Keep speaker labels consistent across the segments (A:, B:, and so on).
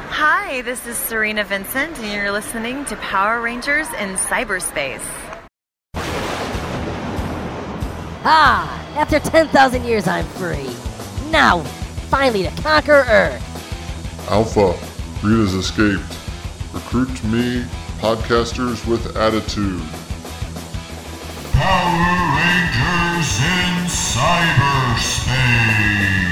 A: Hi, this is Serena Vincent, and you're listening to Power Rangers in Cyberspace.
B: Ah, after 10,000 years, I'm free. Now, finally to conquer Earth.
C: Alpha, Rita's escaped. Recruit me, podcasters with attitude.
D: Power Rangers in cyberspace.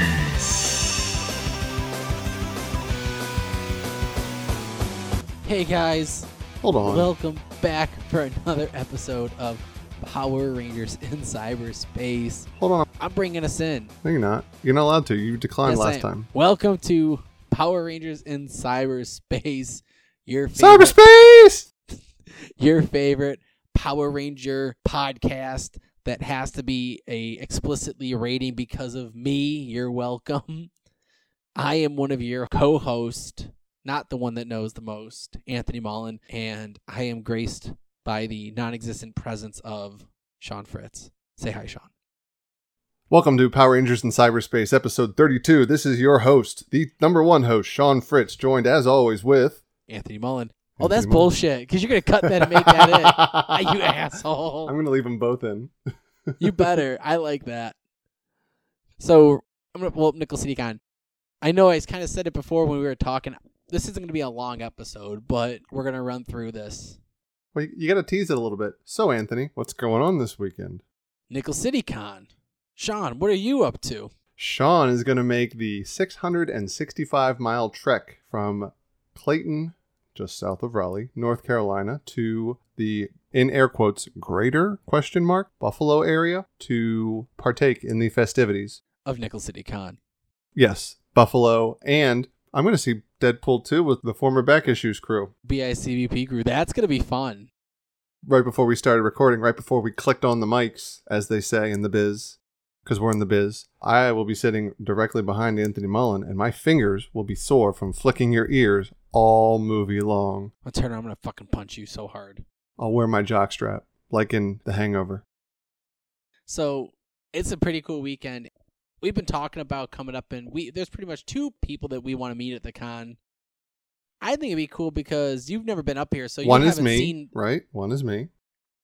E: Hey guys,
F: Hold on.
E: welcome back for another episode of Power Rangers in Cyberspace.
F: Hold on.
E: I'm bringing us in.
F: No, you're not. You're not allowed to. You declined
E: Yes, I
F: last
E: am.
F: time.
E: Welcome to Power Rangers in Cyberspace. Your favorite,
F: Cyberspace!
E: your favorite Power Ranger podcast that has to be a explicitly rating because of me. You're welcome. I am one of your co-hosts, not the one that knows the most, Anthony Mullen, and I am graced by the non-existent presence of Sean Fritz. Say hi, Sean.
F: Welcome to Power Rangers in Cyberspace, episode 32. This is your host, the number one host, Sean Fritz, joined as always with.
E: Anthony Mullen. Oh, that's
F: Anthony Mullen.
E: bullshit. Because you're gonna cut that and make that in. you asshole.
F: I'm going to leave them both in.
E: You better. I like that. So I'm gonna pull up Nickel City Con. I know I kind of said it before when we were talking. This isn't gonna be a long episode, but we're gonna run through this.
F: Well, you got to tease it a little bit. So, Anthony, what's going on this weekend?
E: Nickel City Con. Sean, what are you up to?
F: Sean is going to make the 665 mile trek from Clayton, just south of Raleigh, North Carolina, to the in air quotes greater question mark Buffalo area to partake in the festivities.
E: Of Nickel City Con.
F: Yes, Buffalo, and I'm going to see Deadpool 2 with the former Back Issues crew.
E: BICBP crew. That's gonna be fun.
F: Right before we started recording, right before we clicked on the mics, as they say in the biz, because we're in the biz, I will be sitting directly behind Anthony Mullen, and my fingers will be sore from flicking your ears all movie long.
E: I'll turn around, I'm gonna fucking punch you so hard.
F: I'll wear my jockstrap, like in The Hangover.
E: So it's a pretty cool weekend. We've been talking about coming up, and we there's pretty much two people that we want to meet at the con. I think it'd be cool because you've never been up here, so
F: One
E: you
F: is
E: haven't
F: me,
E: seen.
F: right? One is me.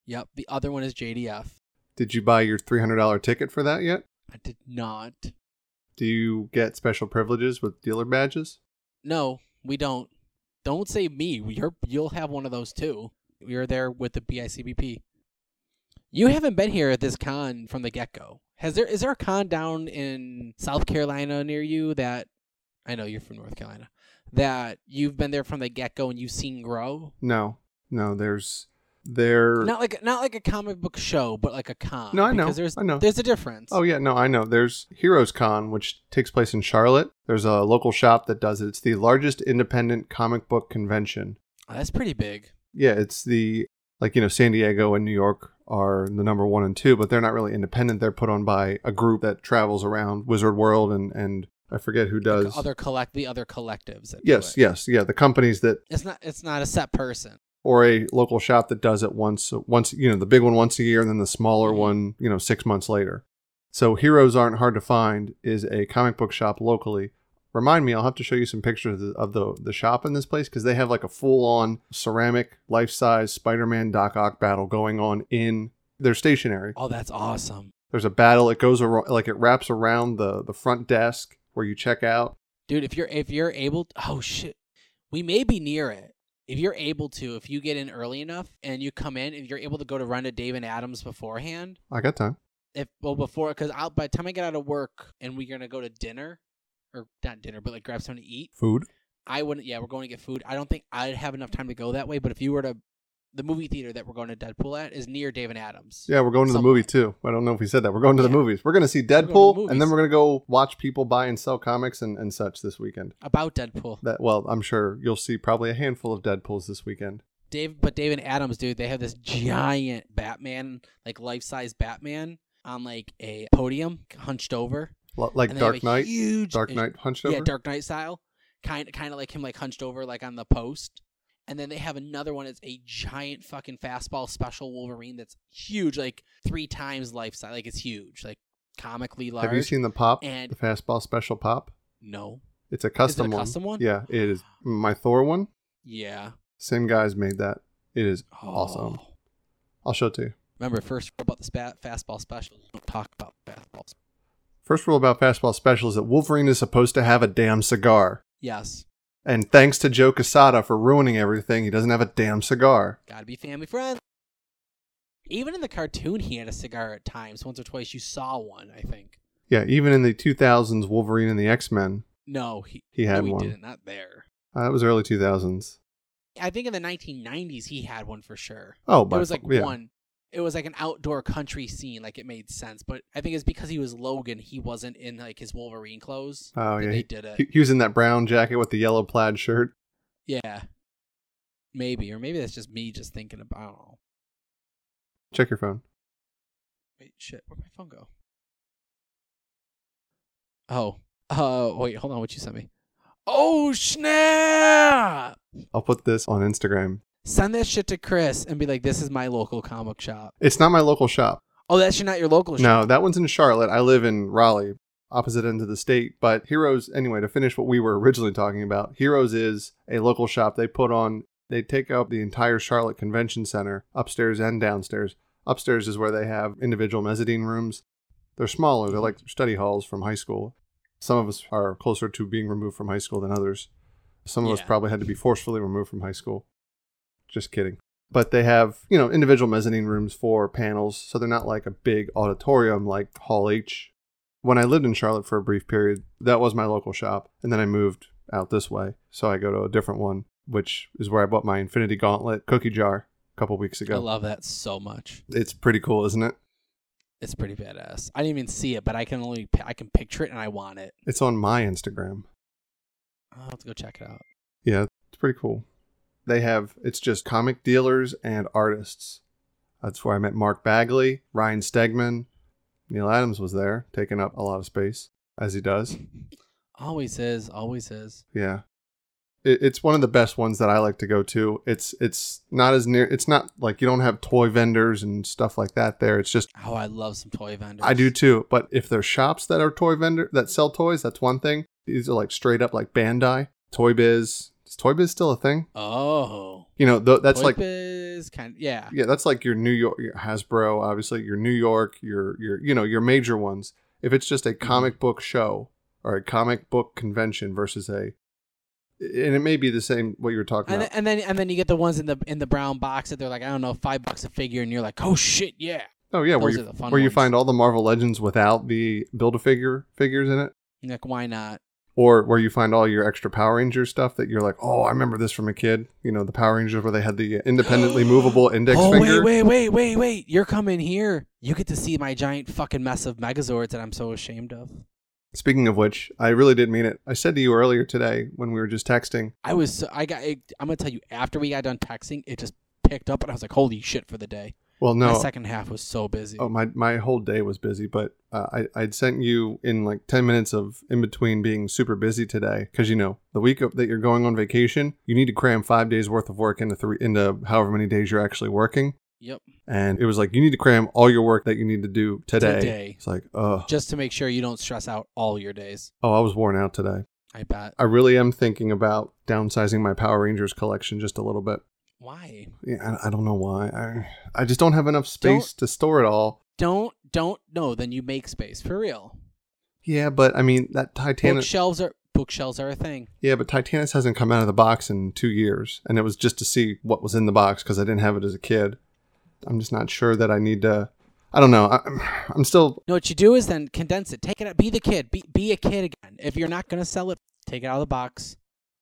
E: Yep, the other one is JDF.
F: Did you buy your $300 ticket for that yet?
E: I did not.
F: Do you get special privileges with dealer badges?
E: No, we don't. Don't say me. You're you'll have one of those too. You're there with the BICBP. You haven't been here at this con from the get go. Has there is there a con down in South Carolina near you that I know you're from North Carolina that you've been there from the get go and you've seen grow?
F: No, no. There's there.
E: Not like not like a comic book show, but like a con.
F: Er, No, I know.
E: Because there's
F: I know.
E: there's a difference.
F: Oh yeah, no, I know. There's Heroes Con, which takes place in Charlotte. There's a local shop that does it. It's the largest independent comic book convention.
E: Oh, that's pretty big.
F: Yeah, it's the like you know San Diego and New York are the number one and two, but they're not really independent. They're put on by a group that travels around Wizard World and and I forget who
E: Like
F: does.
E: other collect the other collectives. that do
F: yes,
E: it.
F: yes, yeah. The companies that
E: It's not it's not a set person.
F: or a local shop that does it once once you know the big one once a year and then the smaller one you know six months later so heroes aren't hard to find is a comic book shop locally remind me i'll have to show you some pictures of the of the, the shop in this place because they have like a full-on ceramic life-size spider-man doc ock battle going on in their stationery
E: Oh, that's awesome.
F: there's a battle it goes around like it wraps around the the front desk where you check out
E: dude if you're if you're able oh shit we may be near it if you're able to if you get in early enough and you come in if you're able to go to run to david adams beforehand
F: i got time
E: if well before because i'll by the time i get out of work and we're gonna go to dinner or not dinner but like grab something to eat
F: food
E: i wouldn't yeah we're going to get food i don't think i'd have enough time to go that way but if you were to the movie theater that we're going to deadpool at is near david adams
F: Yeah, we're going to the
E: Somewhere.
F: movie too. I don't know if we said that. We're going to the
E: Yeah.
F: movies. We're going to see
E: going to
F: Deadpool,
E: movies.
F: and then we're going to go watch people buy and sell comics and, and such this weekend.
E: about deadpool
F: That well, I'm sure you'll see probably a handful of Deadpools this weekend.
E: Dave, but David Adams, dude, they have this giant Batman, like life size Batman, on like a podium, hunched over,
F: L- like
E: And they have
F: Dark
E: a
F: Knight,
E: huge
F: Dark Knight hunched
E: yeah,
F: over.
E: Dark Knight style, kind of, kind of like him, like hunched over, like on the post. And then they have another one. It's a giant fucking fastball special Wolverine that's huge, like three times life size. Like it's huge, like comically large.
F: Have you seen the pop,
E: and-
F: the fastball special pop?
E: No,
F: It's a custom one.
E: custom one?
F: Yeah, it is my Thor one.
E: Yeah.
F: Same guys made that. It is
E: Oh.
F: awesome. I'll show it to you.
E: Remember, first rule about the spa- fastball special. Don't talk about fastballs.
F: First rule about fastball special is that Wolverine is supposed to have a damn cigar.
E: Yes.
F: And thanks to Joe Casada for ruining everything, he doesn't have a damn cigar.
E: Gotta be family friend. Even in the cartoon, he had a cigar at times. Once or twice, you saw one, I think.
F: Yeah, even in the 2000s Wolverine and the X Men,
E: No, he,
F: He had
E: no, he
F: one.
E: didn't. Not there.
F: uh, that was early 2000s.
E: I think in the 1990s, he had one for sure.
F: Oh,
E: it
F: by
E: was like
F: fu- yeah.
E: one. It was like an outdoor country scene. Like it made sense, but I think it's because he was Logan. He wasn't in like his Wolverine clothes.
F: Oh,
E: that
F: yeah.
E: they did it.
F: He, he was in that brown jacket with the yellow plaid shirt.
E: yeah, maybe, or maybe that's just me just thinking about. I don't know.
F: Check your phone.
E: Wait, shit, where'd my phone go? Oh, oh, wait, hold on. What you sent me? Oh snap!
F: I'll put this on Instagram.
E: Send that shit to Chris and be like, "This is my local comic shop."
F: It's not my local shop.
E: Oh, that's your- not your local shop.
F: No, that one's in Charlotte. I live in Raleigh, opposite end of the state. But Heroes, anyway, to finish what we were originally talking about, Heroes is a local shop they put on, they take up the entire Charlotte Convention Center, upstairs and downstairs. Upstairs is where they have individual mezzanine rooms. They're smaller, they're like study halls from high school. Some of us are closer to being removed from high school than others. Some of us
E: Yeah.
F: probably had to be forcefully removed from high school. Just kidding. But they have, you know, individual mezzanine rooms for panels, so they're not like a big auditorium like Hall H. When I lived in Charlotte for a brief period, that was my local shop, and then I moved out this way, so I go to a different one, which is where I bought my Infinity Gauntlet cookie jar a couple weeks ago.
E: I love that so much.
F: it's pretty cool, isn't it?
E: It's pretty badass. I didn't even see it, but I can only pi- I can picture it and I want it.
F: It's on my Instagram.
E: I'll have to go check it out.
F: Yeah, it's pretty cool. They have it's just comic dealers and artists. That's where I met Mark Bagley, Ryan Stegman, Neil Adams was there, taking up a lot of space as he does.
E: Always is, always is.
F: Yeah, it, it's one of the best ones that I like to go to. It's it's not as near. It's not like you don't have toy vendors and stuff like that there. It's just
E: Oh, I love some toy vendors.
F: I do too. But if there's shops that are toy vendor that sell toys, that's one thing. These are like straight up like Bandai, Toy Biz. Is Toy Biz still a thing?
E: Oh,
F: You know, th- that's
E: Toy
F: like
E: Biz kind of yeah.
F: yeah, that's like your New York your Hasbro, obviously your New York, your your you know your major ones. If it's just a
E: Mm-hmm.
F: comic book show or a comic book convention versus a, and it may be the same what you were talking
E: And,
F: about.
E: then, and then and then you get the ones in the in the brown box that they're like I don't know five bucks a figure and you're like oh shit yeah
F: oh yeah, where
E: those
F: you,
E: are the fun
F: where you
E: ones.
F: find all the Marvel Legends without the Build a Figure figures in it,
E: And you're like why not
F: or where you find all your extra Power Ranger stuff that you're like, oh, I remember this from a kid. You know the Power Rangers where they had the independently movable index
E: oh
F: finger.
E: wait wait wait wait wait you're coming here you get to see my giant fucking mess of Megazords that I'm so ashamed of
F: Speaking of which, I really did mean it. I said to you earlier today when we were just texting.
E: I was so, I got it, I'm gonna tell you after we got done texting it just picked up and I was like holy shit for the day
F: Well, no,
E: my second half was so busy
F: Oh, my my whole day was busy, but uh, I I'd sent you in like ten minutes of in between being super busy today because you know the week of, that you're going on vacation, you need to cram five days worth of work into three into however many days you're actually working,
E: yep
F: and it was like you need to cram all your work that you need to do today.
E: Today.
F: It's like oh
E: just to make sure you don't stress out all your days
F: oh I was worn out today.
E: I bet
F: I really am thinking about downsizing my Power Rangers collection just a little bit.
E: why
F: Yeah, I, I don't know why. I I just don't have enough space to store it all.
E: don't don't no then you make space for real
F: Yeah, but I mean that Titanic.
E: bookshelves are bookshelves are a thing
F: Yeah, but Titanus hasn't come out of the box in two years, and it was just to see what was in the box because I didn't have it as a kid. I'm just not sure that I need to. I don't know. I, I'm- I'm still.
E: No, what you do is then condense it. Take it out. Be the kid. Be, be a kid again. If you're not going to sell it, take it out of the box.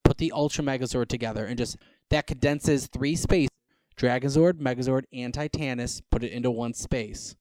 E: Put the Ultra Megazord together and just that condenses three space Dragonzord, Megazord, and Titanus. Put it into one space.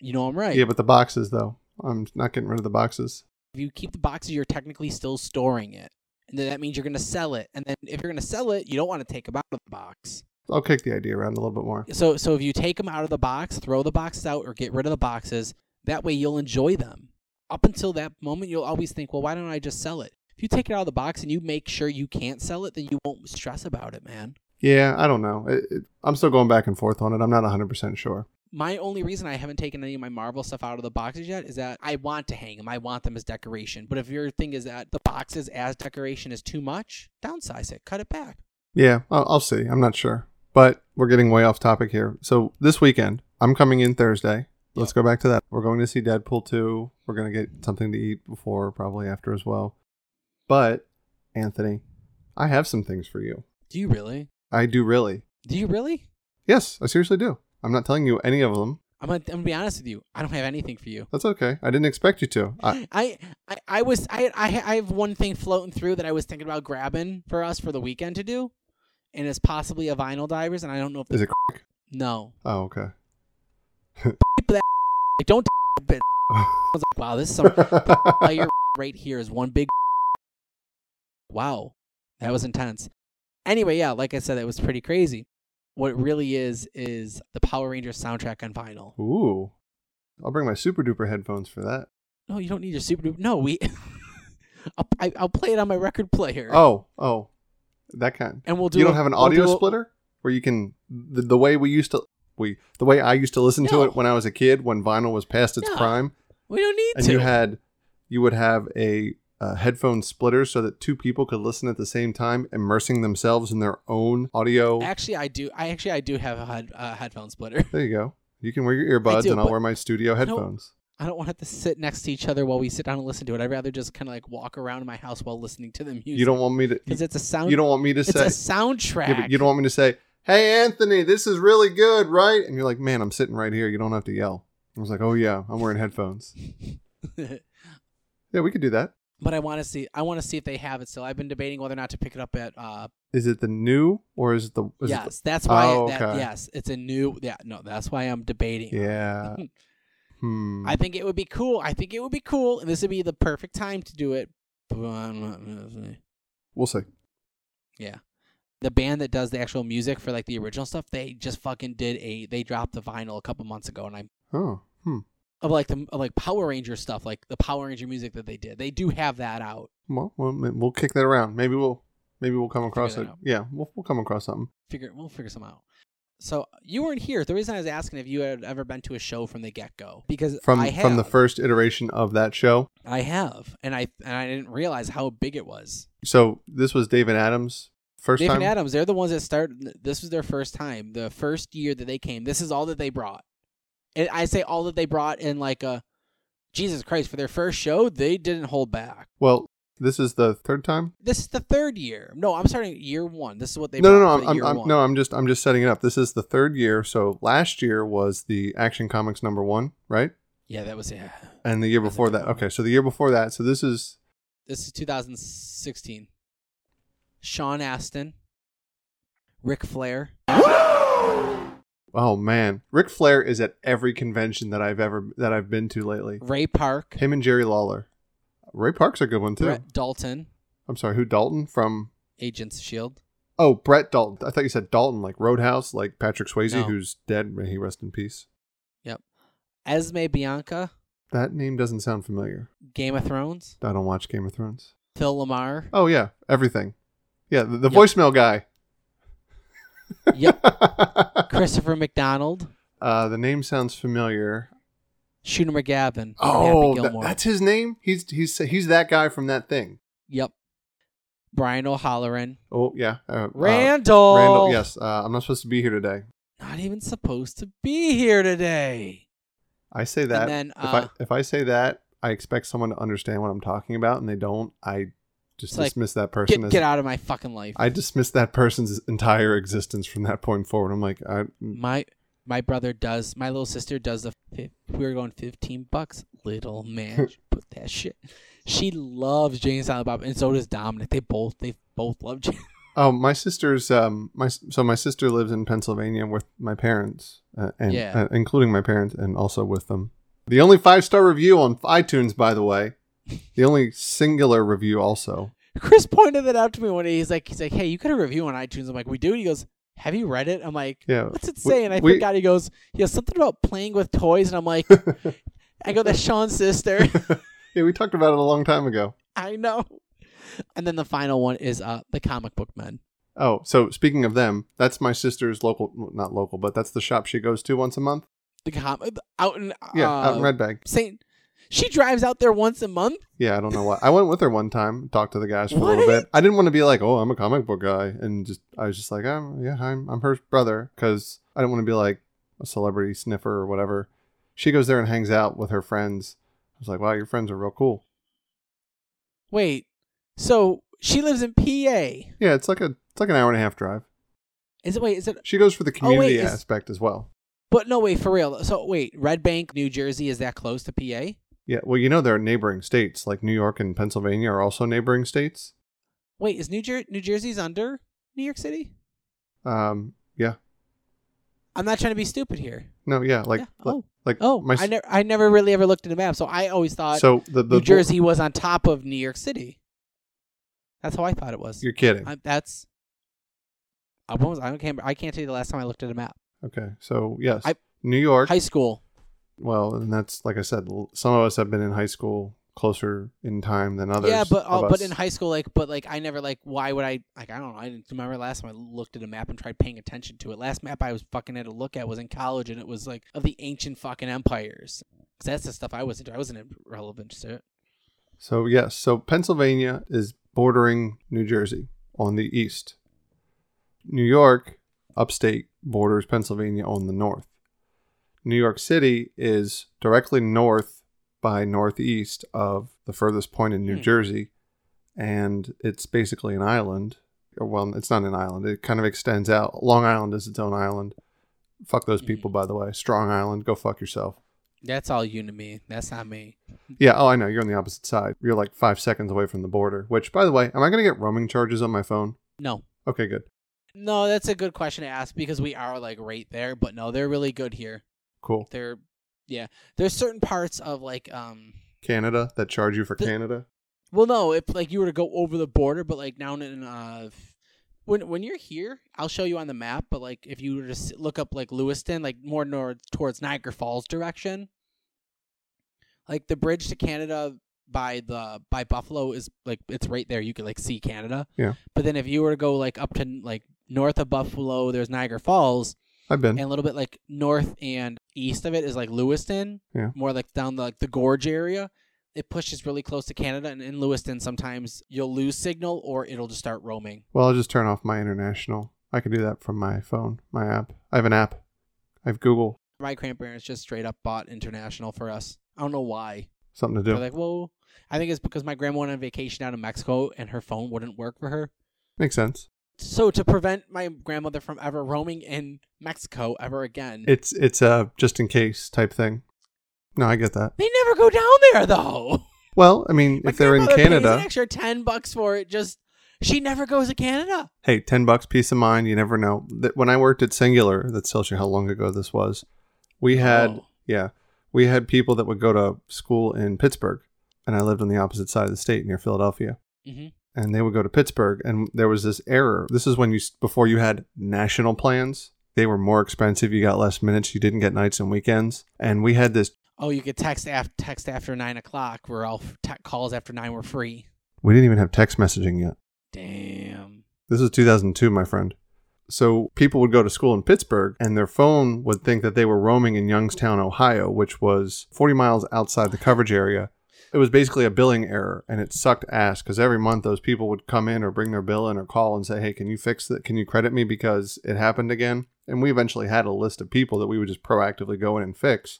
E: You know I'm right.
F: Yeah, but the boxes though. I'm not getting rid of the boxes.
E: If you keep the boxes, you're technically still storing it. And then that means you're going to sell it. And then if you're going to sell it, you don't want to take them out of the box.
F: I'll kick the idea around a little bit more.
E: So, so if you take them out of the box, throw the boxes out, or get rid of the boxes, that way you'll enjoy them. Up until that moment, you'll always think, well, why don't I just sell it? If you take it out of the box and you make sure you can't sell it, then you won't stress about it, man.
F: Yeah, I don't know. It, it, I'm still going back and forth on it. I'm not 100% sure.
E: My only reason I haven't taken any of my Marvel stuff out of the boxes yet is that I want to hang them. I want them as decoration. But if your thing is that the boxes as decoration is too much, downsize it, cut it back.
F: Yeah, I'll, I'll see. I'm not sure. But we're getting way off topic here. So this weekend, I'm coming in Thursday. Let's go back to that. We're going to see Deadpool 2. We're going to get something to eat before, probably after as well. But, Anthony, I have some things for you.
E: Do you really?
F: I do really.
E: Do you really?
F: Yes, I seriously do. I'm not telling you any of them.
E: I'm gonna, I'm gonna be honest with you. I don't have anything for you.
F: That's okay. I didn't expect you to. I,
E: I, I, I was I, I I have one thing floating through that I was thinking about grabbing for us for the weekend to do, and it's possibly a vinyl divers, and I don't know if
F: is it?
E: no.
F: Oh, okay.
E: Like, don't bit. I was like, wow, this is some player right here is one big. Wow, that was intense. Anyway, yeah, like I said, that was pretty crazy. What it really is is the Power Rangers soundtrack on vinyl.
F: Ooh. I'll bring my super duper headphones for that.
E: No, you don't need your super. Duper. No, we. I'll, I, I'll play it on my record player.
F: Oh, oh. That kind.
E: and we'll do.
F: You
E: a-
F: don't have an
E: we'll
F: audio
E: do a-
F: splitter where you can the, the way we used to we the way I used to listen to
E: No.
F: it when I was a kid when vinyl was past its
E: No.
F: prime
E: We don't need
F: and
E: to.
F: you had you would have a uh, headphone splitter so that two people could listen at the same time immersing themselves in their own audio
E: actually, I do. I actually I do have a head, uh, headphone splitter.
F: there you go you can wear your earbuds
E: do,
F: and I'll
E: but
F: wear my studio headphones
E: I don't want to have to sit next to each other while we sit down and listen to it. I'd rather just kind of like walk around my house while listening to the music.
F: you don't want me to
E: because
F: you,
E: it's a sound.
F: you don't want me to
E: It's
F: say
E: a soundtrack.
F: Yeah, but you don't want me to say, "Hey, Anthony, this is really good, right?" And you're like, "Man, I'm sitting right here. You don't have to yell." I was like, "Oh yeah, I'm wearing headphones." Yeah, we could do that.
E: but I want to see. I want to see if they have it still. I've been debating whether or not to pick it up at. uh
F: Is it the new or is it the? Is
E: Yes, that's why.
F: Oh,
E: that,
F: okay.
E: yes, it's a new. Yeah, no, that's why I'm debating.
F: It the, yeah. hmm.
E: I think it would be cool. I think it would be cool, and this would be the perfect time to do it. But um, I'm not-
F: we'll see.
E: Yeah. The band that does the actual music for like the original stuff, they just fucking did a they dropped the vinyl a couple months ago and I
F: Oh, hmm.
E: of like the of like Power Ranger stuff, like the Power Ranger music that they did. They do have that out.
F: Well, we'll, we'll kick that around. Maybe we'll maybe we'll come across
E: that
F: it.
E: out.
F: Yeah, we'll we'll come across something.
E: Figure we'll figure some out. So you weren't here. The reason I was asking if you had ever been to a show from the get go because
F: From
E: I have,
F: from the first iteration of that show.
E: I have, and I and I didn't realize how big it was.
F: So this was David Adams first
E: Dave
F: time.
E: and Adams, they're the ones that started. This was their first time. The first year that they came, this is all that they brought. And I say all that they brought in like a Jesus Christ for their first show, they didn't hold back.
F: Well, this is the third time.
E: This is the third year. No, I'm starting at year one. This is what they
F: no,
E: brought
F: no, no,
E: for
F: I'm,
E: year
F: I'm,
E: one.
F: no. I'm just, I'm just setting it up. This is the third year. So last year was the Action Comics number one, right?
E: yeah, that was yeah.
F: And the year
E: That's
F: before
E: a
F: that.
E: different one.
F: Okay, so the year before that. So this is
E: This is 2016. Sean Astin, Ric Flair.
F: oh man, Ric Flair is at every convention that I've ever that I've been to lately.
E: Ray Park,
F: Him and Jerry Lawler. Ray Park's a good one too.
E: Brett Dalton,
F: I'm sorry, who Dalton from?
E: Agents of Shield.
F: Oh, Brett Dalton. I thought you said Dalton, like Roadhouse, like Patrick Swayze,
E: No.
F: who's dead. May he rest in peace.
E: Yep, Esme Bianca,
F: That name doesn't sound familiar.
E: Game of Thrones,
F: I don't watch Game of Thrones.
E: Phil Lamar.
F: Oh yeah, everything. Yeah, the, the
E: Yep.
F: voicemail guy.
E: Yep, Christopher McDonald,
F: uh, the name sounds familiar.
E: Shooter McGavin. from
F: Oh,
E: Happy
F: that-
E: Gilmore.
F: that's his name. He's he's he's that guy from that thing.
E: yep. Brian O'Halloran,
F: Oh yeah, uh, uh,
E: Randall.
F: Randall. Yes, uh, I'm not supposed to be here today.
E: Not even supposed to be here today.
F: I say that.
E: then, uh,
F: if I if I say that, I expect someone to understand what I'm talking about, and they don't. I just
E: It's like,
F: dismiss that person.
E: Get,
F: as,
E: get out of my fucking life.
F: I dismiss that person's entire existence from that point forward. I'm like, I,
E: my my brother does. My little sister does the. fif- We were going fifteen bucks. Little man, put that shit. She loves Jane and Silent Bob, and so does Dominic. They both they both love Jane.
F: Oh, my sister's um my so my sister lives in Pennsylvania with my parents uh, and
E: Yeah.
F: uh, including my parents and also with them. The only five star review on iTunes, by the way, the only singular review also.
E: Chris pointed that out to me one day. He's like, he's like, hey, you got a review on iTunes. I'm like, we do. He goes, have you read it? I'm like,
F: Yeah,
E: what's it
F: we-
E: say? And I
F: we-
E: forgot. He goes, he has something about playing with toys, and I'm like, I go, that's Sean's sister.
F: Yeah, we talked about it a long time ago.
E: I know. And then the final one is uh the comic book men.
F: Oh, so speaking of them, that's my sister's local, not local, but that's the shop she goes to once a month.
E: The com- out in
F: Yeah,
E: uh,
F: out in Red Bag.
E: Saint. She drives out there once a month.
F: Yeah, I don't know why. I went with her one time, talked to the guys for a little
E: What?
F: bit. I didn't want to be like, oh, I'm a comic book guy, and just I was just like, I'm yeah, I'm I'm her brother because I didn't want to be like a celebrity sniffer or whatever. She goes there and hangs out with her friends. I was like, wow, your friends are real cool.
E: Wait, so she lives in PA.
F: Yeah, it's like a it's like an hour and a half drive.
E: Is it? Wait, is it?
F: She goes for the
E: Oh, wait,
F: community
E: is-
F: aspect as well.
E: But no, wait for real. So wait, Red Bank, New Jersey, is that close to PA?
F: Yeah, well, you know, there are neighboring states like New York and Pennsylvania are also neighboring states.
E: Wait, is New Jer- New Jersey's under New York City?
F: Um, yeah,
E: I'm not trying to be stupid here.
F: no, yeah, like
E: Yeah.
F: like,
E: Oh.
F: like
E: Oh,
F: my s-
E: I never, I never really ever looked at a map, so I always thought
F: so the the
E: New Jersey was on top of New York City. That's how I thought it was.
F: You're kidding.
E: I, that's. I won't- I can't. I can't tell you the last time I looked at a map.
F: Okay, so yes,
E: I-
F: New York.
E: High school.
F: well, and that's like I said, l- some of us have been in high school closer in time than others.
E: yeah, but
F: of
E: uh, but
F: us.
E: in high school, like, but like, I never like. Why would I? Like, I don't know. I didn't remember last time I looked at a map and tried paying attention to it. Last map I was fucking had to look at was in college, and it was like of the ancient fucking empires. 'Cause that's the stuff I was into. I wasn't irrelevant to it.
F: So yes, so Pennsylvania is bordering New Jersey on the east. New York, upstate, borders Pennsylvania on the north. New York City is directly north by northeast of the furthest point in New
E: Hmm.
F: Jersey, and it's basically an island. Or, Well, it's not an island. It kind of extends out. Long Island is its own island. Fuck those people, by the way. Strong Island, go fuck yourself.
E: That's all you to me. That's not me.
F: Yeah, oh, I know. You're on the opposite side. You're like five seconds away from the border, which, by the way, am I going to get roaming charges on my phone?
E: No.
F: Okay, good.
E: No, that's a good question to ask because we are like right there, but no, they're really good here.
F: Cool.
E: They're yeah. There's certain parts of like um
F: Canada, that charge you for
E: The-
F: Canada?
E: well no, if like you were to go over the border, but like down in uh when when you're here, I'll show you on the map, but like if you were to s- look up like Lewiston, like more north towards Niagara Falls direction, like the bridge to Canada by the by Buffalo is like it's right there. You could like see Canada.
F: Yeah.
E: But then if you were to go like up to like north of Buffalo, there's Niagara Falls.
F: I've been.
E: and a little bit like north and east of it is like Lewiston,
F: Yeah.
E: more like down the like the gorge area. It pushes really close to Canada, and in Lewiston, sometimes you'll lose signal or it'll just start roaming.
F: Well, I'll just turn off my international. I can do that from my phone, my app. I have an app. I have Google.
E: My grandparents just straight up bought international for us. I don't know why.
F: Something to
E: They're
F: do.
E: like, whoa. I think it's because my grandma went on vacation out in Mexico and her phone wouldn't work for her.
F: Makes sense.
E: So to prevent my grandmother from ever roaming in Mexico ever again,
F: It's it's a just in case type thing. No, I get that.
E: they never go down there though.
F: Well, I mean,
E: My
F: if they're in
E: grandmother pays an
F: Canada,
E: extra ten bucks for it. Just she never goes to Canada.
F: hey, 10 bucks, peace of mind. You never know. That When I worked at Singular, that tells you how long ago this was. We had,
E: Oh.
F: yeah, we had people that would go to school in Pittsburgh, and I lived on the opposite side of the state near Philadelphia.
E: Mhm.
F: And they would go to Pittsburgh, and there was this error. This is when you, s- before you had national plans, they were more expensive. You got less minutes. You didn't get nights and weekends. And we had this,
E: Oh, you could text after text after nine o'clock. We're all te- calls after nine were free.
F: we didn't even have text messaging yet.
E: Damn.
F: This is 2002, my friend. So people would go to school in Pittsburgh and their phone would think that they were roaming in Youngstown, Ohio, which was 40 miles outside the coverage area. It was basically a billing error and it sucked ass because every month those people would come in or bring their bill in or call and say, hey, can you fix it? Can you credit me because it happened again? And we eventually had a list of people that we would just proactively go in and fix.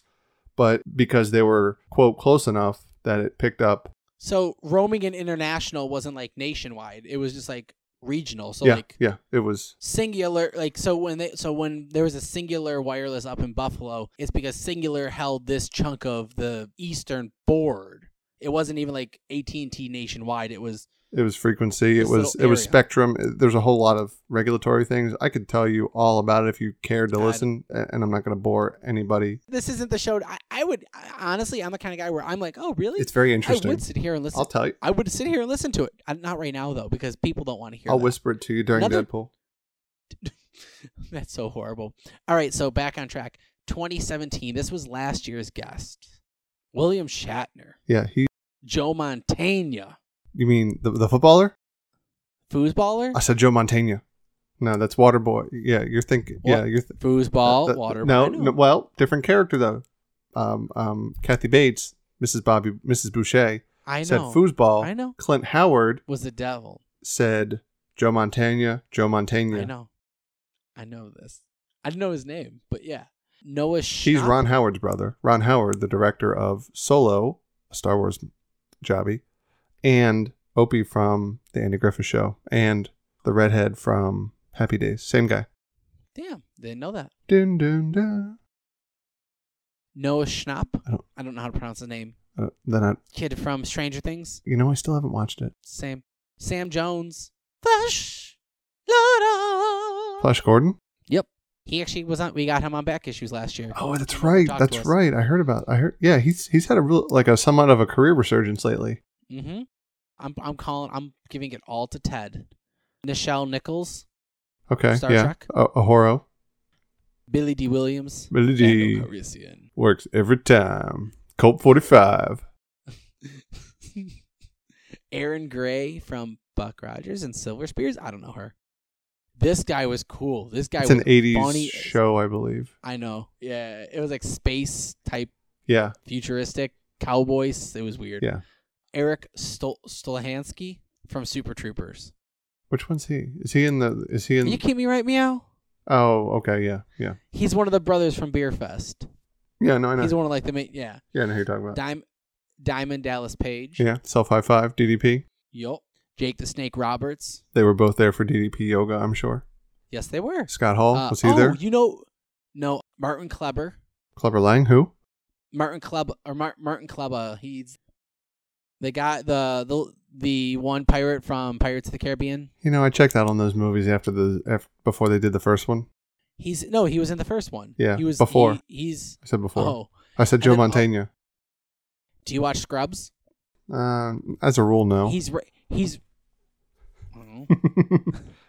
F: But because they were, quote, close enough that it picked up,
E: So roaming and international wasn't like nationwide. It was just like regional. So
F: yeah,
E: like
F: yeah, it was
E: singular like so when they so when there was a singular wireless up in buffalo it's because singular held this chunk of the eastern board it wasn't even like at&t nationwide it was
F: It was frequency. It
E: This
F: was it
E: little
F: was
E: area.
F: spectrum. uh, There's a whole lot of regulatory things. I could tell you all about it if you cared to
E: God.
F: listen, a- and I'm not going to bore anybody.
E: this isn't the show. I, I would I, honestly, I'm the kind of guy where I'm like, oh, really?
F: It's very
E: I
F: interesting.
E: would sit here and listen.
F: I'll tell you.
E: I would sit here and listen to it. I, not right now though, because people don't want to hear.
F: I'll
E: that.
F: whisper it to you during
E: Another-
F: Deadpool.
E: That's so horrible. All right, so back on track. 2017. This was last year's guest, William Shatner,
F: Yeah, he.
E: Joe Montana,
F: You mean the the footballer?
E: foosballer.
F: I said Joe Montana. No, that's Waterboy. Yeah, you're thinking. Yeah,
E: What?
F: you're th-
E: Foosball,
F: that-
E: water.
F: No,
E: I know.
F: no, well, different character though. Um, um, Kathy Bates, Mrs. Bobby, Mrs. Boucher
E: I know.
F: said foosball.
E: I know.
F: Clint Howard
E: Was the devil.
F: said Joe Montana. Joe Montana.
E: I know. I know this. I didn't know his name, but yeah. Noah
F: He's
E: Schnapp-
F: Ron Howard's brother. Ron Howard, the director of Solo, a Star Wars jobby, and Opie from the Andy Griffith Show, and the redhead from Happy Days. Same guy.
E: Damn, didn't know that.
F: Dun, dun, dun.
E: Noah Schnapp.
F: I don't-
E: I don't know how to pronounce his name.
F: Uh, then I,
E: Kid from Stranger Things.
F: you know, I still haven't watched it.
E: Sam. Sam Jones. Flash. Loda.
F: Flash Gordon.
E: Yep. He actually was on. We got him on back issues last year.
F: Oh, that's right.
E: Talk to
F: That's
E: us.
F: right. I heard about. I heard. Yeah, he's he's had a real like a somewhat of a career resurgence lately.
E: Mm-hmm. I'm. I'm calling. I'm giving it all to Ted. Nichelle Nichols.
F: Okay.
E: Star
F: yeah.
E: Trek?
F: A- Ahoro
E: Billy D. Williams.
F: Billy D.
E: Daniel Calrissian.
F: works every time. Colt forty five.
E: Aaron Gray from Buck Rogers and Silver Spears. I don't know her. This guy was cool. This guy
F: It's
E: was
F: an eighties
E: funny.
F: show, I believe.
E: I know. Yeah, it was like space type
F: Yeah.
E: futuristic cowboys. It was weird.
F: Yeah.
E: Eric Stol- Stolhansky from Super Troopers.
F: Which one's he? Is he in the? Is he
E: Are
F: in?
E: you kidding me right meow?
F: oh, okay. Yeah. Yeah.
E: He's one of the brothers from Beer Fest.
F: Yeah. No, I know.
E: He's one of like the main yeah.
F: yeah, I know who you're talking about.
E: Dime Diamond Dallas Page.
F: yeah. Self high five. DDP.
E: Yup. Jake the Snake Roberts.
F: They were both there for DDP yoga. I'm sure.
E: Yes, they were.
F: Scott Hall
E: Uh,
F: was he
E: oh,
F: there?
E: You know no, Martin Kleber.
F: Clever Lang. Who?
E: Martin Kleb or Mar- Martin Kleba. He's the guy, the the the one pirate from Pirates of the Caribbean.
F: You know, I checked out on those movies after the after, before they did the first one.
E: He's no, he was in the first one.
F: Yeah,
E: he was
F: before.
E: he- he's
F: I said before.
E: oh.
F: I said
E: And
F: Joe
E: then- oh.
F: Montana.
E: Do you watch Scrubs?
F: Um, as a rule, no.
E: He's re- he's. mm-hmm. I don't know.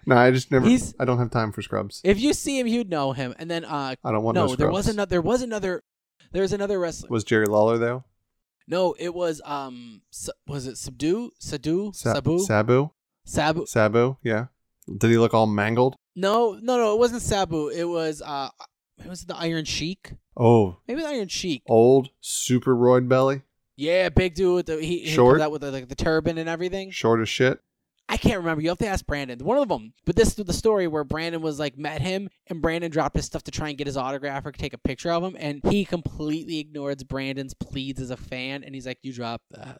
F: no, I just never.
E: He's-
F: I don't have time for scrubs.
E: If you see him, you'd know him. And then uh
F: I don't want
E: no,
F: no scrubs.
E: there was another. There was another. There was another wrestler.
F: Was Jerry Lawler there?
E: no, it was um. Su- was it Subdu? Sadu?
F: Sa-
E: Sabu?
F: Sabu.
E: Sabu?
F: Sabu. Yeah. Did he look all mangled?
E: No, no, no. It wasn't Sabu. It was uh. It was the Iron Sheik.
F: Oh,
E: Maybe the Iron Sheik.
F: old super roid belly,
E: Yeah, big dude with the he, he
F: Short?
E: comes out with the, like the turban and everything.
F: short as shit.
E: I can't remember. You have to ask Brandon. One of them. But this is the story where Brandon was like met him and Brandon dropped his stuff to try and get his autograph or take a picture of him, and he completely ignores Brandon's pleads as a fan, and he's like, "You dropped that."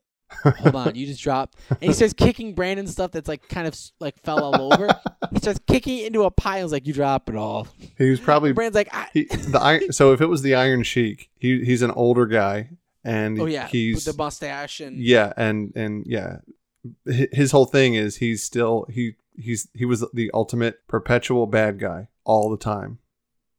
E: Hold on, you just dropped. And he starts kicking Brandon's stuff that's like kind of s- like fell all over. he starts kicking it into a pile. He's like, "You drop it all."
F: He was probably
E: Brandon's like, I,
F: he, the iron. so if it was the Iron Sheik, he he's an older guy, and
E: "Oh yeah,
F: he's
E: with the mustache and
F: yeah, and and yeah, Hi- his whole thing is he's still he he's he was the ultimate perpetual bad guy all the time.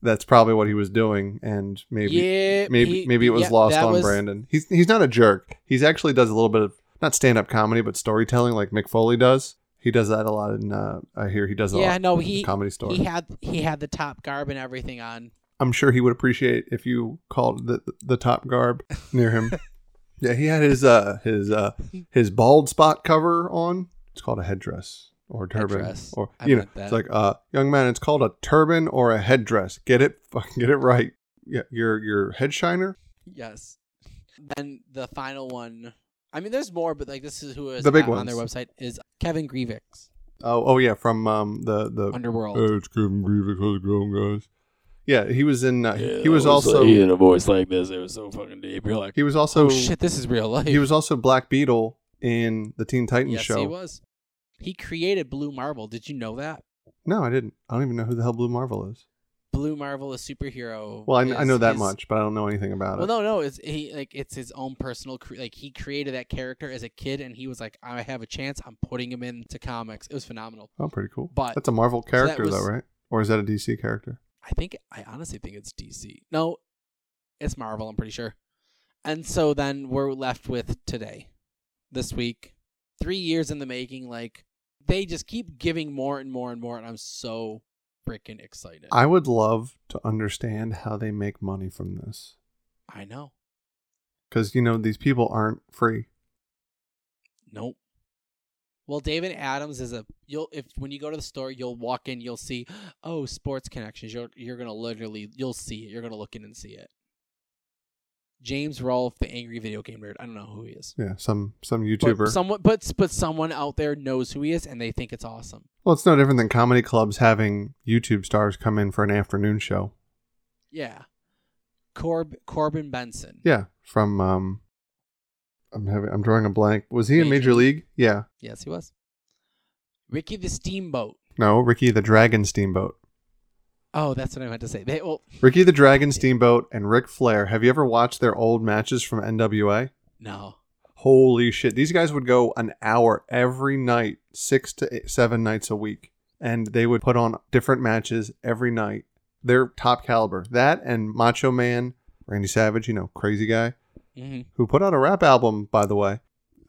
F: That's probably what he was doing, and maybe
E: yeah,
F: maybe
E: he-
F: maybe it was
E: yeah,
F: lost
E: that
F: on
E: was-
F: Brandon. He's he's not a jerk. He's actually does a little bit of not stand up comedy, but storytelling like Mick Foley does. He does that a lot, and uh, I hear he does a
E: Yeah,
F: lot.
E: no,
F: in the
E: he-
F: comedy store.
E: He had he had the top garb and everything on.
F: I'm sure he would appreciate if you called the the top garb near him. yeah, he had his uh his uh his bald spot cover on. It's called a headdress or a turban
E: Headdress.
F: or
E: I
F: you know
E: meant
F: it's
E: that.
F: like uh young man. It's called a turban or a headdress. Get it fucking get it right. Yeah, your your head shiner,
E: Yes. Then the final one. I mean, there's more, but like this is who is
F: The big
E: on their
F: ones.
E: website is Kevin Grievix,
F: Oh, oh yeah, from um the the
E: Underworld.
F: Hey, it's Kevin Grievous. How's it going, guys? Yeah, he was in. Uh, he was also.
G: he had a voice like this. It was so fucking deep. You're like,
F: he was also.
E: oh shit, this is real life.
F: He was also Black Beetle in the Teen Titans
E: yes,
F: show.
E: he was. He created Blue Marvel. Did you know that?
F: No, I didn't. I don't even know who the hell Blue Marvel is.
E: Blue Marvel, a superhero.
F: Well, I, I
E: is
F: know that
E: his-
F: much, but I don't know anything about
E: Well,
F: it.
E: no, no, it's he like it's his own personal cre- like he created that character as a kid, and he was like, I have a chance. I'm putting him into comics. It was phenomenal.
F: Oh, pretty cool.
E: But-
F: that's a Marvel
E: that
F: character,
E: was-
F: though, right? Or is that a DC character?
E: I think I honestly think it's DC. No, it's Marvel. I'm pretty sure. And so then we're left with today, this week, three years in the making. Like they just keep giving more and more and more, and I'm so freaking excited.
F: I would love to understand how they make money from this,
E: I know.
F: because you know these people aren't free.
E: Nope. Well, David Adams is a you'll if when you go to the store, you'll walk in, you'll see oh sports connections. You're you're gonna literally you'll see it. You're gonna look in and see it. James Rolfe, the angry video game nerd. I don't know who he is.
F: Yeah, some some
E: But
F: YouTuber.
E: someone, but but someone out there knows who he is, and they think it's awesome.
F: well, it's no different than comedy clubs having YouTube stars come in for an afternoon show.
E: Yeah, Corb Corbin Benson.
F: Yeah, from um, I'm having I'm drawing a blank. Was he in
E: Major
F: Major League? Yeah.
E: Yes, he was. Ricky the Steamboat.
F: No, Ricky the Dragon Steamboat.
E: Oh, that's what I meant to say. They oh, well,
F: Ricky the Dragon Steamboat and Ric Flair. Have you ever watched their old matches from NWA?
E: no.
F: Holy shit. These guys would go an hour every night, six to eight, seven nights a week. And they would put on different matches every night. They're top caliber. That and Macho Man, Randy Savage, you know, crazy guy,
E: hmm
F: who put out a rap album, by the way,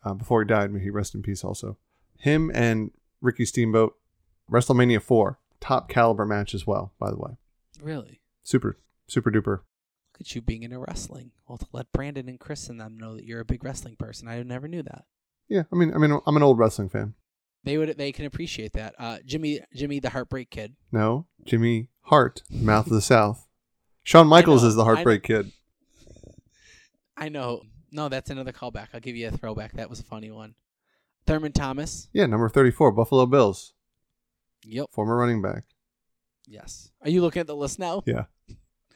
F: uh, before he died. May he rest in peace also. Him and Ricky Steamboat, WrestleMania 4, top caliber match as well, by the way.
E: Really?
F: Super, super duper.
E: Look at you being into wrestling. Well, to let Brandon and Chris and them know that you're a big wrestling person. I never knew that.
F: Yeah, I mean, I mean, I'm an old wrestling fan.
E: They would. They can appreciate that. Uh, Jimmy, Jimmy, the Heartbreak Kid.
F: No, Jimmy Hart, Mouth of the South. Shawn Michaels
E: know,
F: is the
E: I
F: Heartbreak Kid.
E: I know. No, that's another callback. I'll give you a throwback. That was a funny one. Thurman Thomas.
F: Yeah, number 34, Buffalo Bills,
E: Yep.
F: former running back.
E: Yes. Are you looking at the list now?
F: Yeah,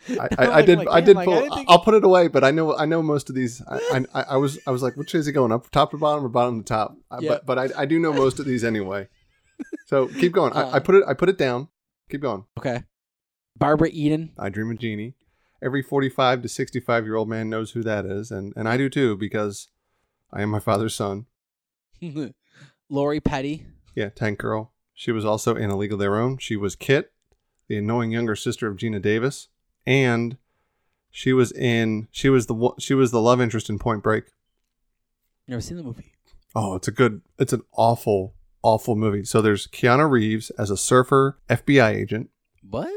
F: I,
E: I'm
F: I, I
E: like,
F: did,
E: like,
F: I
E: damn,
F: did
E: like,
F: pull.
E: didn't think-
F: I'll put it away, but I know, I know most of these. I, I, I was, I was like, which is it going up, top to bottom, or bottom to top? I-
E: Yeah.
F: But, but I, I do know most of these anyway. So keep going.
E: Uh.
F: I, I put it, I put it down. Keep going.
E: Okay. Barbara Eden.
F: I Dream of Jeannie. Every 45 to 65 year old man knows who that is, and, and I do too because I am my father's son.
E: Lori Petty.
F: Yeah, Tank Girl. She was also in A League of Their Own. She was Kit, the annoying younger sister of Gina Davis, and she was in she was the wo- she was the love interest in Point Break.
E: Never seen the movie.
F: Oh, it's a good it's an awful awful movie. So there's Keanu Reeves as a surfer FBI agent.
E: What?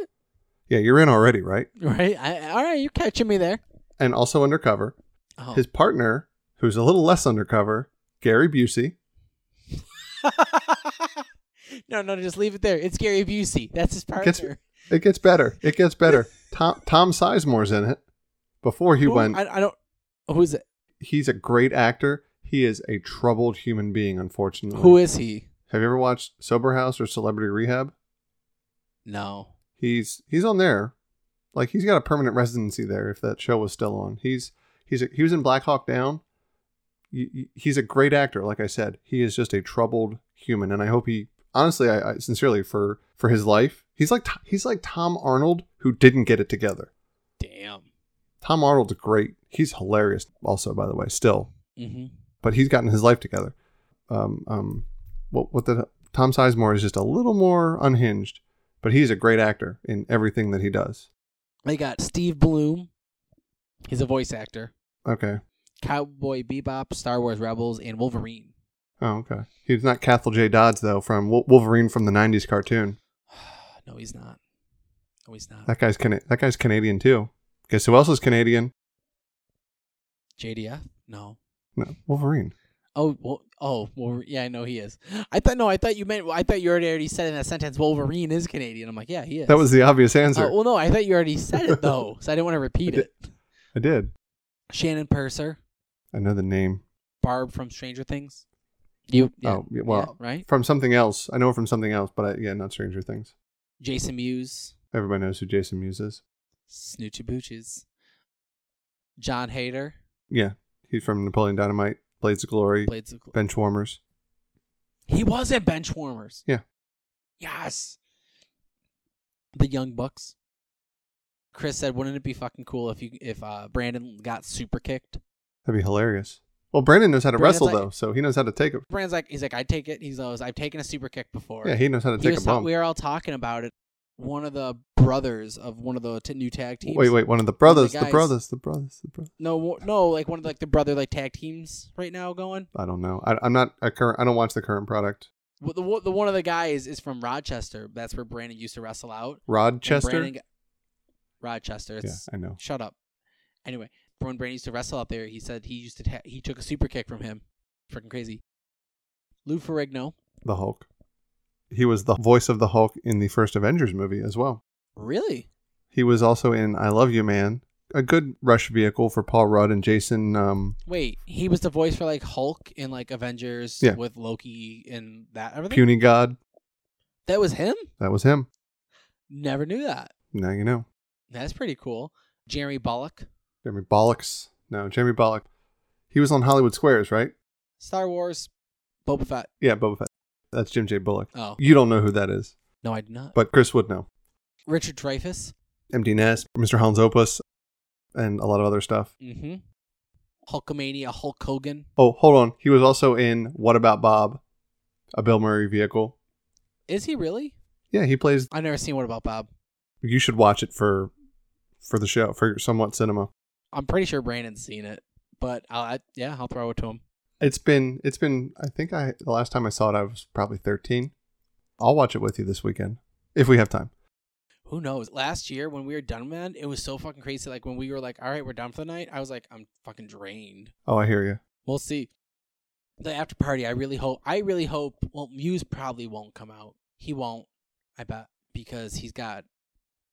F: Yeah, you're in already, right?
E: Right. I, all right. You're catching me there.
F: And also undercover.
E: Oh.
F: His partner, who's a little less undercover, Gary Busey.
E: no, no, just leave it there. It's Gary Busey. That's his partner.
F: Gets- It gets better. It gets better. Tom Tom Sizemore's in it. Before he
E: Who-
F: went,
E: I, I don't. Who's it?
F: he's a great actor. He is a troubled human being, unfortunately.
E: Who is he?
F: Have you ever watched Sober House or Celebrity Rehab?
E: No.
F: He's he's on there, like he's got a permanent residency there. If that show was still on, he's he's a, he was in Black Hawk Down. Y- y- He's a great actor. Like I said, he is just a troubled human, and I hope he honestly, I, I sincerely for for his life, he's like he's like Tom Arnold who didn't get it together.
E: Damn.
F: Tom Arnold's great. He's hilarious, also by the way, still.
E: hmm
F: but he's gotten his life together. Um, um, what what the Tom Sizemore is just a little more unhinged, but he's a great actor in everything that he does.
E: They got Steve Bloom. He's a voice actor.
F: Okay.
E: Cowboy Bebop, Star Wars Rebels, and Wolverine.
F: Oh, okay. He's not Cathal J. Dodds though from Wol- Wolverine from the '90s cartoon.
E: No, he's not. No, he's not.
F: That guy's Cana- that guy's Canadian too. Guess who else is Canadian?
E: JDF? No.
F: No, Wolverine.
E: Oh, well, oh, well, yeah, I know he is. I thought no, I thought you meant. I thought you already already said in that sentence. Wolverine is Canadian. I'm like, yeah, he is.
F: That was the obvious answer.
E: Oh, well, no, I thought you already said it though, so I didn't want to repeat
F: I
E: it.
F: I did.
E: Shannon Purser,
F: I know the name.
E: Barb from Stranger Things. You, yeah,
F: oh, yeah, well,
E: yeah, right?
F: From something else. I know her from something else, but I, yeah, not Stranger Things.
E: Jason Mewes,
F: Everybody knows who Jason Mewes is.
E: Snoochie Booches, John Hader,
F: Yeah, he's from Napoleon Dynamite, Blades of Glory,
E: Blades of. Gl-
F: bench warmers.
E: He was at Benchwarmers.
F: Yeah.
E: Yes. The Young Bucks. Chris said, "Wouldn't it be fucking cool if you if uh, Brandon got super kicked?"
F: That'd be hilarious. Well, Brandon knows how to
E: Brandon's
F: wrestle
E: like-
F: though, so he knows how to take it.
E: Brandon's like, he's like, "I take it." He's always, "I've taken a super kick before."
F: Yeah, he knows how to
E: He
F: take a
E: was ta-
F: bump.
E: we were all talking about it. One of the brothers of one of the t- new tag teams.
F: Wait, wait, one of the brothers, the,
E: guys-
F: brothers, the brothers, the brothers.
E: No, wo- no, like one of the, like the brother like tag teams right now going.
F: I don't know. I, I'm not a current. I don't watch the current product.
E: Well, the wo- the one of the guys is from Rochester. That's where Brandon used to wrestle out.
F: Rod
E: And
F: Chester.
E: Brandon got- Rochester.
F: Yeah,
E: It's
F: I know.
E: Shut up. Anyway, when Brandon used to wrestle out there, he said he used to ta- he took a super kick from him. Freaking crazy. Lou Ferrigno.
F: the Hulk. He was the voice of the Hulk in the first Avengers movie as well.
E: Really?
F: He was also in I Love You Man, a good rush vehicle for Paul Rudd and Jason. Um,
E: Wait, he was the voice for like Hulk in like Avengers
F: Yeah.
E: with Loki and that everything.
F: Puny God,
E: That was him.
F: that was him.
E: Never knew that.
F: Now you know.
E: That's pretty cool. Jeremy Bullock,
F: Jeremy Bollocks. No, Jeremy Bollock. He was on Hollywood Squares, right?
E: Star Wars, Boba Fett.
F: Yeah, Boba Fett. That's Jim J. Bullock.
E: Oh
F: You don't know who that is,
E: no, I do not.
F: but Chris would know.
E: Richard Dreyfuss.
F: MD Ness, Mr. Hans Opus, and a lot of other stuff.
E: Mm-hmm. Hulkamania, Hulk Hogan.
F: Oh, hold on. He was also in What About Bob, a Bill Murray vehicle.
E: Is he really?
F: Yeah, he plays
E: I've never seen What About Bob.
F: you should watch it for for the show for somewhat cinema
E: I'm pretty sure Brandon's seen it, but I'll I, yeah, I'll throw it to him.
F: it's been it's been i think i the last time i saw it i was probably 13 i'll watch it with you this weekend if we have time
E: Who knows? Last year when we were done, man, it was so fucking crazy. Like when we were like, all right, we're done for the night. I was like, I'm fucking drained.
F: oh i hear you
E: We'll see. The after party, I really hope. I really hope. Well, Muse probably won't come out. He won't. I bet because he's got.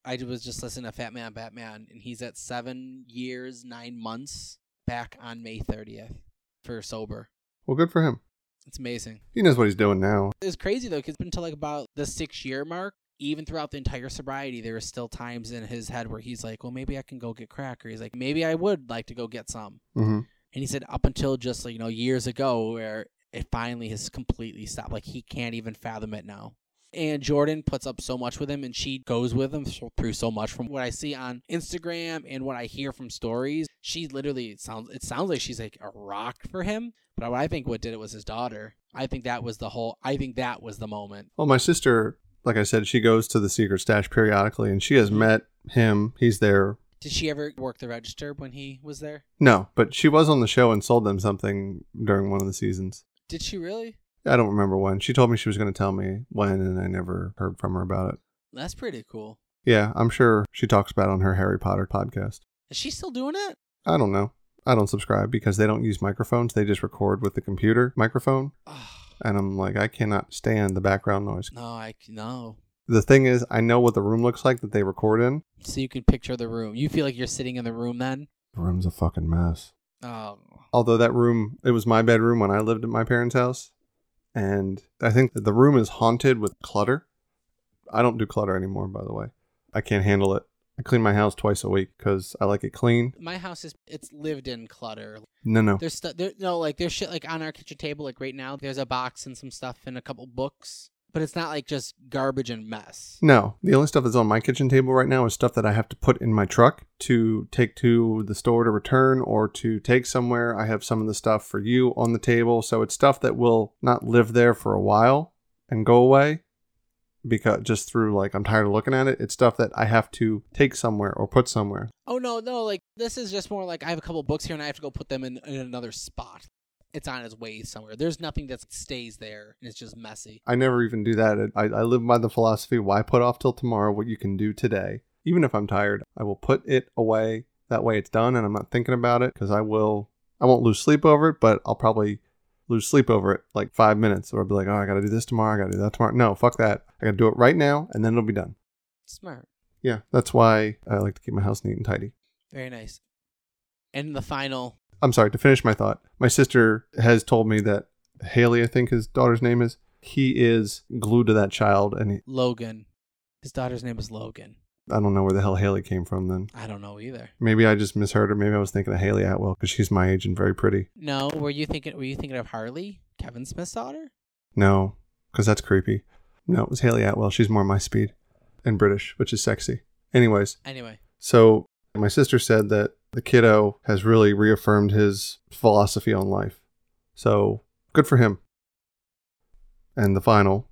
E: I was just listening to Fat Man Batman, and he's at seven years nine months back on May thirtieth for sober.
F: well good for him
E: It's amazing.
F: he knows what he's doing now
E: It's crazy though, because until like about the six year mark, even throughout the entire sobriety, there are still times in his head where he's like, "Well, maybe I can go get crack," or he's like, "Maybe I would like to go get some."
F: mm-hmm.
E: And he said up until just like, you know years ago, where it finally has completely stopped. Like he can't even fathom it now. And Jordan puts up so much with him, and she goes with him so- through so much. From what I see on Instagram and what I hear from stories, she literally it sounds it sounds like she's like a rock for him. But what I think what did it was his daughter. I think that was the whole. I think that was the moment.
F: well my sister like i said she goes to the secret stash periodically and she has met him he's there
E: Did she ever work the register when he was there?
F: no but she was on the show and sold them something during one of the seasons
E: Did she really?
F: i don't remember when she told me she was going to tell me when and i never heard from her about it
E: That's pretty cool.
F: Yeah, I'm sure she talks about it on her Harry Potter podcast.
E: Is she still doing it?
F: I don't know. I don't subscribe because they don't use microphones. They just record with the computer microphone.
E: Oh,
F: And I'm like, I cannot stand the background noise.
E: no, I c- no.
F: The thing is, I know what the room looks like that they record in.
E: So you can picture the room. You feel like you're sitting in the room then.
F: The room's a fucking mess.
E: Oh,
F: Although that room, it was my bedroom when I lived at my parents' house. And I think that the room is haunted with clutter. I don't do clutter anymore, by the way. I can't handle it. I clean my house twice a week because I like it clean.
E: my house is it's lived in clutter.
F: No, no.
E: There's stuff. There, no, like there's shit like on our kitchen table. Like right now, there's a box and some stuff and a couple books. But it's not like just garbage and mess.
F: No, the only stuff that's on my kitchen table right now is stuff that I have to put in my truck to take to the store to return or to take somewhere. I have some of the stuff for you on the table, so it's stuff that will not live there for a while and go away because just through like I'm tired of looking at it. It's stuff that I have to take somewhere or put somewhere.
E: Oh no, no. Like this is just more like I have a couple books here and I have to go put them in, in another spot. It's on its way somewhere. There's nothing that stays there and it's just messy.
F: I never even do that. I, I live by the philosophy why put off till tomorrow what you can do today? Even if I'm tired, I will put it away. That way it's done and I'm not thinking about it because I will, I won't lose sleep over it, but I'll probably lose sleep over it like five minutes or I'll be like, oh, I got to do this tomorrow. I got to do that tomorrow. No, fuck that. I got to do it right now and then it'll be done.
E: Smart.
F: Yeah, that's why I like to keep my house neat and tidy.
E: Very nice. And the final.
F: I'm sorry, to finish my thought, my sister has told me that Haley, I think his daughter's name is, he is glued to that child and he,
E: Logan. His daughter's name is Logan.
F: I don't know where the hell Haley came from then.
E: I don't know either.
F: Maybe I just misheard her. Maybe I was thinking of Haley Atwell because she's my age and very pretty.
E: No, were you thinking were you thinking of Harley? Kevin Smith's daughter?
F: No, because that's creepy. No, it was Haley Atwell. She's more my speed and British, which is sexy. Anyways,
E: Anyway.
F: so my sister said that the kiddo has really reaffirmed his philosophy on life. So good for him. And the final,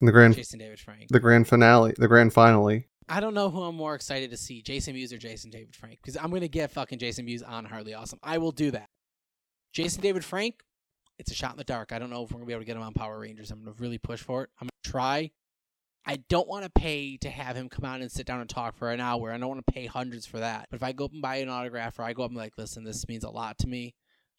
F: and the grand,
E: Jason David Frank.
F: the grand finale, the grand finale.
E: I don't know who I'm more excited to see, Jason Mewes or Jason David Frank, because I'm gonna get fucking Jason Mewes on Harley Awesome. I will do that. Jason David Frank, it's a shot in the dark. I don't know if we're gonna be able to get him on Power Rangers. I'm gonna really push for it. I'm gonna try. I don't want to pay to have him come out and sit down and talk for an hour. I don't want to pay hundreds for that. But if I go up and buy an autograph, or I go up and be like, listen, this means a lot to me.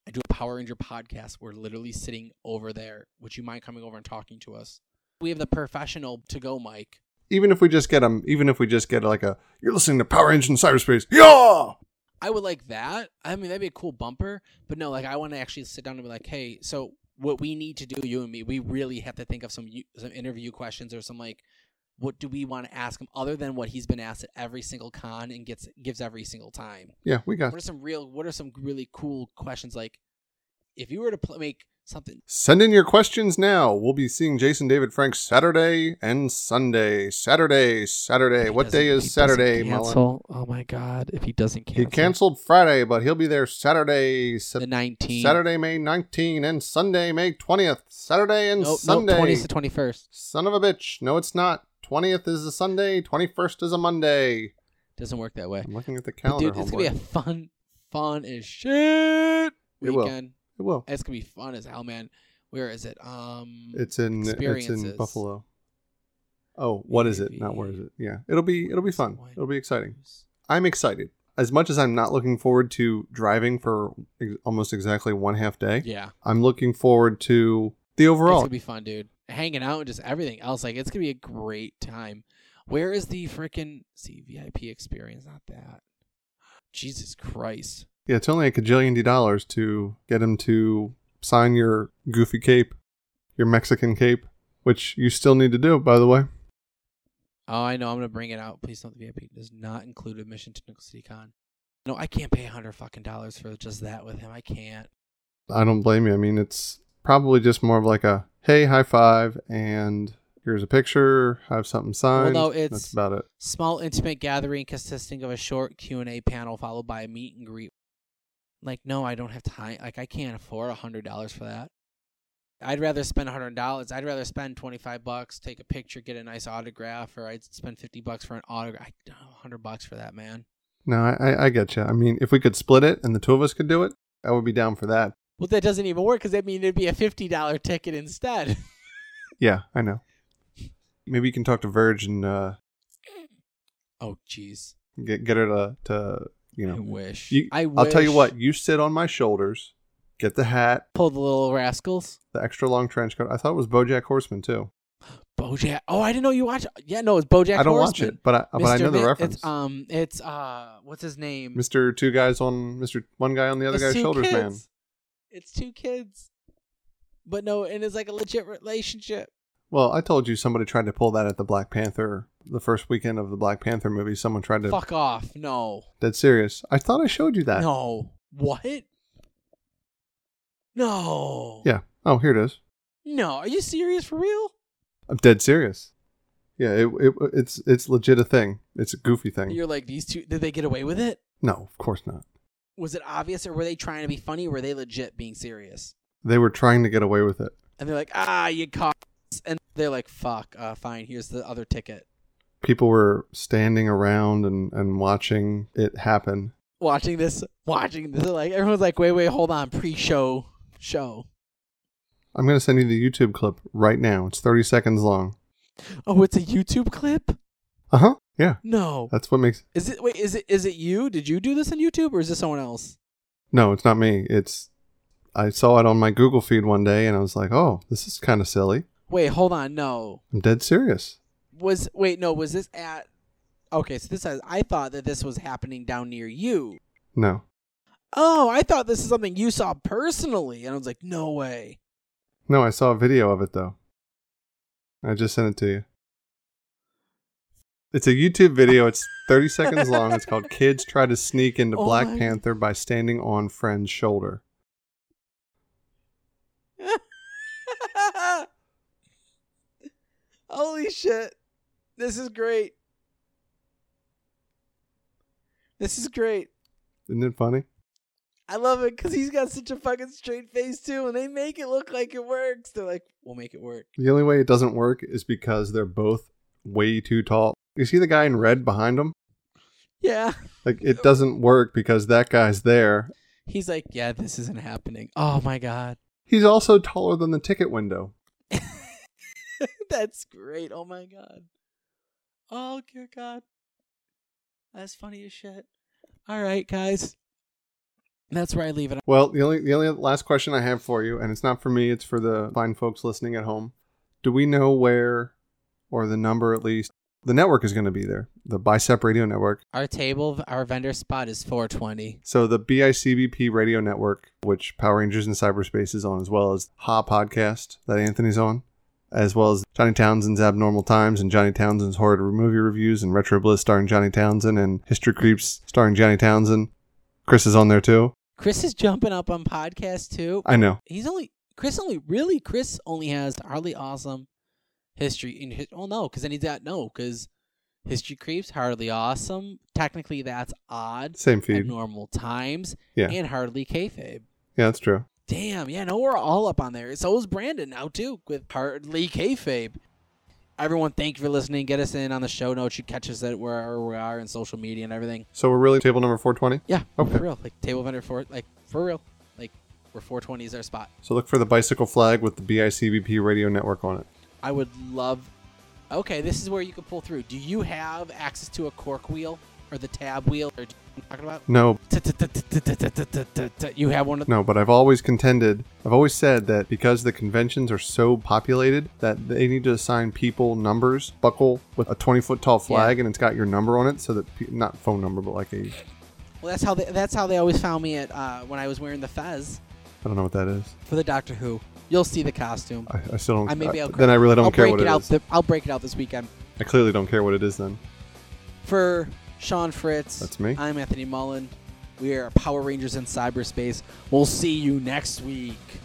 E: I do a Power Ranger podcast. We're literally sitting over there. Would you mind coming over and talking to us? We have the professional to go mic.
F: Even if we just get them, even if we just get like a, you're listening to Power Engine Cyberspace. Yeah.
E: I would like that. I mean, that'd be a cool bumper. But no, like I want to actually sit down and be like, hey, so what we need to do, you and me, we really have to think of some u- some interview questions or some like, what do we want to ask him other than what he's been asked at every single con and gets gives every single time.
F: Yeah, we got
E: What are some real? What are some really cool questions? Like, if you were to pl- make something
F: Send in your questions now. We'll be seeing Jason David Frank Saturday and Sunday. Saturday, Saturday.
E: He
F: what day
E: doesn't-
F: is
E: he
F: Saturday, Mullen?
G: cancel. Oh my god! If he doesn't cancel,
F: He canceled Friday, but he'll be there Saturday, Sep-
E: the nineteenth
F: Saturday, May 19, and Sunday, May 20th. Saturday and
E: no,
F: Sunday.
E: twentieth to twenty first.
F: Son of a bitch. No, it's not. 20th is a Sunday, 21st is a Monday.
E: Doesn't work that way.
F: I'm looking at the
E: But
F: calendar,
E: dude, it's gonna
F: homeboy.
E: be a fun, fun as shit
F: It will.
E: weekend.
F: It will.
E: It's gonna be fun as hell, man. Where is it? Um,
F: It's in it's in
E: experiences.
F: Buffalo. Oh, what is it? Not where is it? Yeah. It'll be it'll be fun. It'll be exciting. I'm excited. As much as I'm not looking forward to driving for ex- almost exactly one half day,
E: Yeah,
F: I'm looking forward to the
E: it's
F: overall.
E: gonna be fun, dude. Hanging out and just everything else. Like it's gonna be a great time. Where is the freaking CVIP experience? Not that. Jesus Christ.
F: yeah, it's only a cajillion D dollars to get him to sign your goofy cape, your Mexican cape, which you still need to do, by the way.
E: Oh, I know. I'm gonna bring it out. Please note the VIP does not include admission to Nickel City Con. No, I can't pay a hundred fucking dollars for just that with him. I can't.
F: I don't blame you. I mean, it's probably just more of like a hey, high five, and here's a picture, have something signed.
E: no, it's-
F: That's about it.
E: Small intimate gathering consisting of a short Q&A panel followed by a meet and greet. Like no, I don't have time. Like I can't afford a $100 for that. I'd rather spend a $100. I'd rather spend 25 bucks, take a picture, get a nice autograph or I'd spend 50 bucks for an autograph. I don't have 100 bucks for that, man.
F: No, I, I, I get you. I mean, if we could split it and the two of us could do it, I would be down for that.
E: Well, that doesn't even work cuz that means it'd be a $50 ticket instead.
F: Yeah, I know. Maybe you can talk to Verge and uh,
E: oh jeez.
F: get get her to, to you
E: I
F: know.
E: wish.
F: You,
E: I
F: I'll tell you
E: wish.
F: what. You sit on my shoulders, get the hat,
E: Pull the little rascals.
F: the extra long trench coat. I thought it was BoJack Horseman too.
E: BoJack. Oh, I didn't know you watch. Yeah, no, it's BoJack.
F: I don't
E: Horseman.
F: watch it, but I Uh, but I
E: Mr.
F: know the
E: Mi-
F: reference.
E: It's, um, it's uh, what's his name?
F: Mister Two Guys on Mister One Guy on the Other
E: It's
F: Guy's
E: two
F: shoulders,
E: kids.
F: man.
E: It's two kids, but no, and it's like a legit relationship.
F: Well, I told you somebody tried to pull that at the Black Panther, the first weekend of the Black Panther movie. Someone tried to.
E: Fuck off. No,
F: That's serious. I thought I showed you that.
E: no. What? No.
F: Yeah. Oh, here it is.
E: No. Are you serious for real?
F: I'm dead serious. Yeah, it, it it's it's legit a thing. It's a goofy thing.
E: You're like these two. Did they get away with it?
F: no, of course not.
E: Was it obvious, or were they trying to be funny? Or were they legit being serious?
F: They were trying to get away with it.
E: And they're like, ah, you caught. us." And they're like, fuck. Uh, fine. Here's the other ticket.
F: People were standing around and and watching it happen.
E: watching this, watching this. Like everyone's like, wait, wait, hold on, pre-show show.
F: I'm gonna send you the YouTube clip right now. It's 30 seconds long.
E: Oh, it's a YouTube clip.
F: Uh huh. Yeah,
E: No,
F: that's what makes.
E: is it? Wait, is it? Is it you? Did you do this on YouTube, or is this someone else?
F: No, it's not me. It's I saw it on my Google feed one day, and I was like, oh, this is kind of silly.
E: Wait, hold on. No,
F: I'm dead serious.
E: was wait, no, was this at? Okay, so this has. I thought that this was happening down near you.
F: No,
E: Oh, I thought this is something you saw personally, and I was like, no way.
F: no, I saw a video of it though. I just sent it to you. It's a YouTube video. It's 30 seconds long. It's called "Kids Try to Sneak into
E: Oh
F: Black
E: my-
F: Panther by Standing on Friend's Shoulder."
E: Holy shit. This is great. This is great.
F: Isn't it funny?
E: I love it because he's got such a fucking straight face too, and they make it look like it works. They're like, we'll make it work.
F: The only way it doesn't work is because they're both way too tall. You see the guy in red behind him?
E: Yeah.
F: Like it doesn't work because that guy's there.
E: He's like, yeah, this isn't happening. Oh my God.
F: He's also taller than the ticket window.
E: That's great. Oh my God. Oh, dear God. That's funny as shit. All right, guys. And that's where I leave it.
F: Well, the only the only last question I have for you, and it's not for me, it's for the fine folks listening at home. Do we know where, or the number at least, the network is going to be there? The Bicep Radio Network.
E: Our table, our vendor spot is 420.
F: So the BICBP Radio Network, which Power Rangers in Cyberspace is on, as well as Ha Podcast that Anthony's on, as well as Johnny Townsend's Abnormal Times and Johnny Townsend's Horror Movie Reviews and Retro Bliss starring Johnny Townsend and History Creeps starring Johnny Townsend. Chris is on there too.
E: Chris is jumping up on podcast too.
F: I know.
E: He's only Chris only really Chris only has hardly awesome history in his. Oh no, because then he's got no because history creeps hardly awesome. Technically, that's odd.
F: Same feed.
E: Normal times.
F: Yeah.
E: And hardly kayfabe.
F: Yeah, that's true.
E: Damn. Yeah. No, we're all up on there. So is Brandon now too with hardly kayfabe. Everyone, thank you for listening. Get us in on the show notes. You catch us at wherever we are in social media and everything.
F: So we're really table number 420.
E: Yeah,
F: Okay.
E: for real. Like table vendor for like for real. Like where 420 is our spot.
F: So look for the bicycle flag with the BICBP radio network on it.
E: I would love. Okay, this is where you can pull through. Do you have access to a cork wheel or the tab wheel? Or do you know what I'm talking about?
F: No,
E: T-t-t-t-t-t-t-t-t-t-t. You have one of.
F: no, but I've always contended, I've always said that because the conventions are so populated that they need to assign people numbers, buckle with a 20 foot tall flag and it's got your number on it so that, pe- not phone number, but like a,
E: Well, that's how they, that's how they always found me at uh, when I was wearing the fez
F: I don't know what that is.
E: for the Doctor Who. You'll see the costume.
F: I, I still don't,
E: I maybe I'll
F: then I really don't
E: I'll
F: care
E: break
F: what
E: it,
F: it
E: out.
F: is.
E: th- I'll break it out this weekend
F: I clearly don't care what it is then.
E: for Sean Fritz.
F: That's me.
E: I'm Anthony Mullen. We are Power Rangers in cyberspace. We'll see you next week.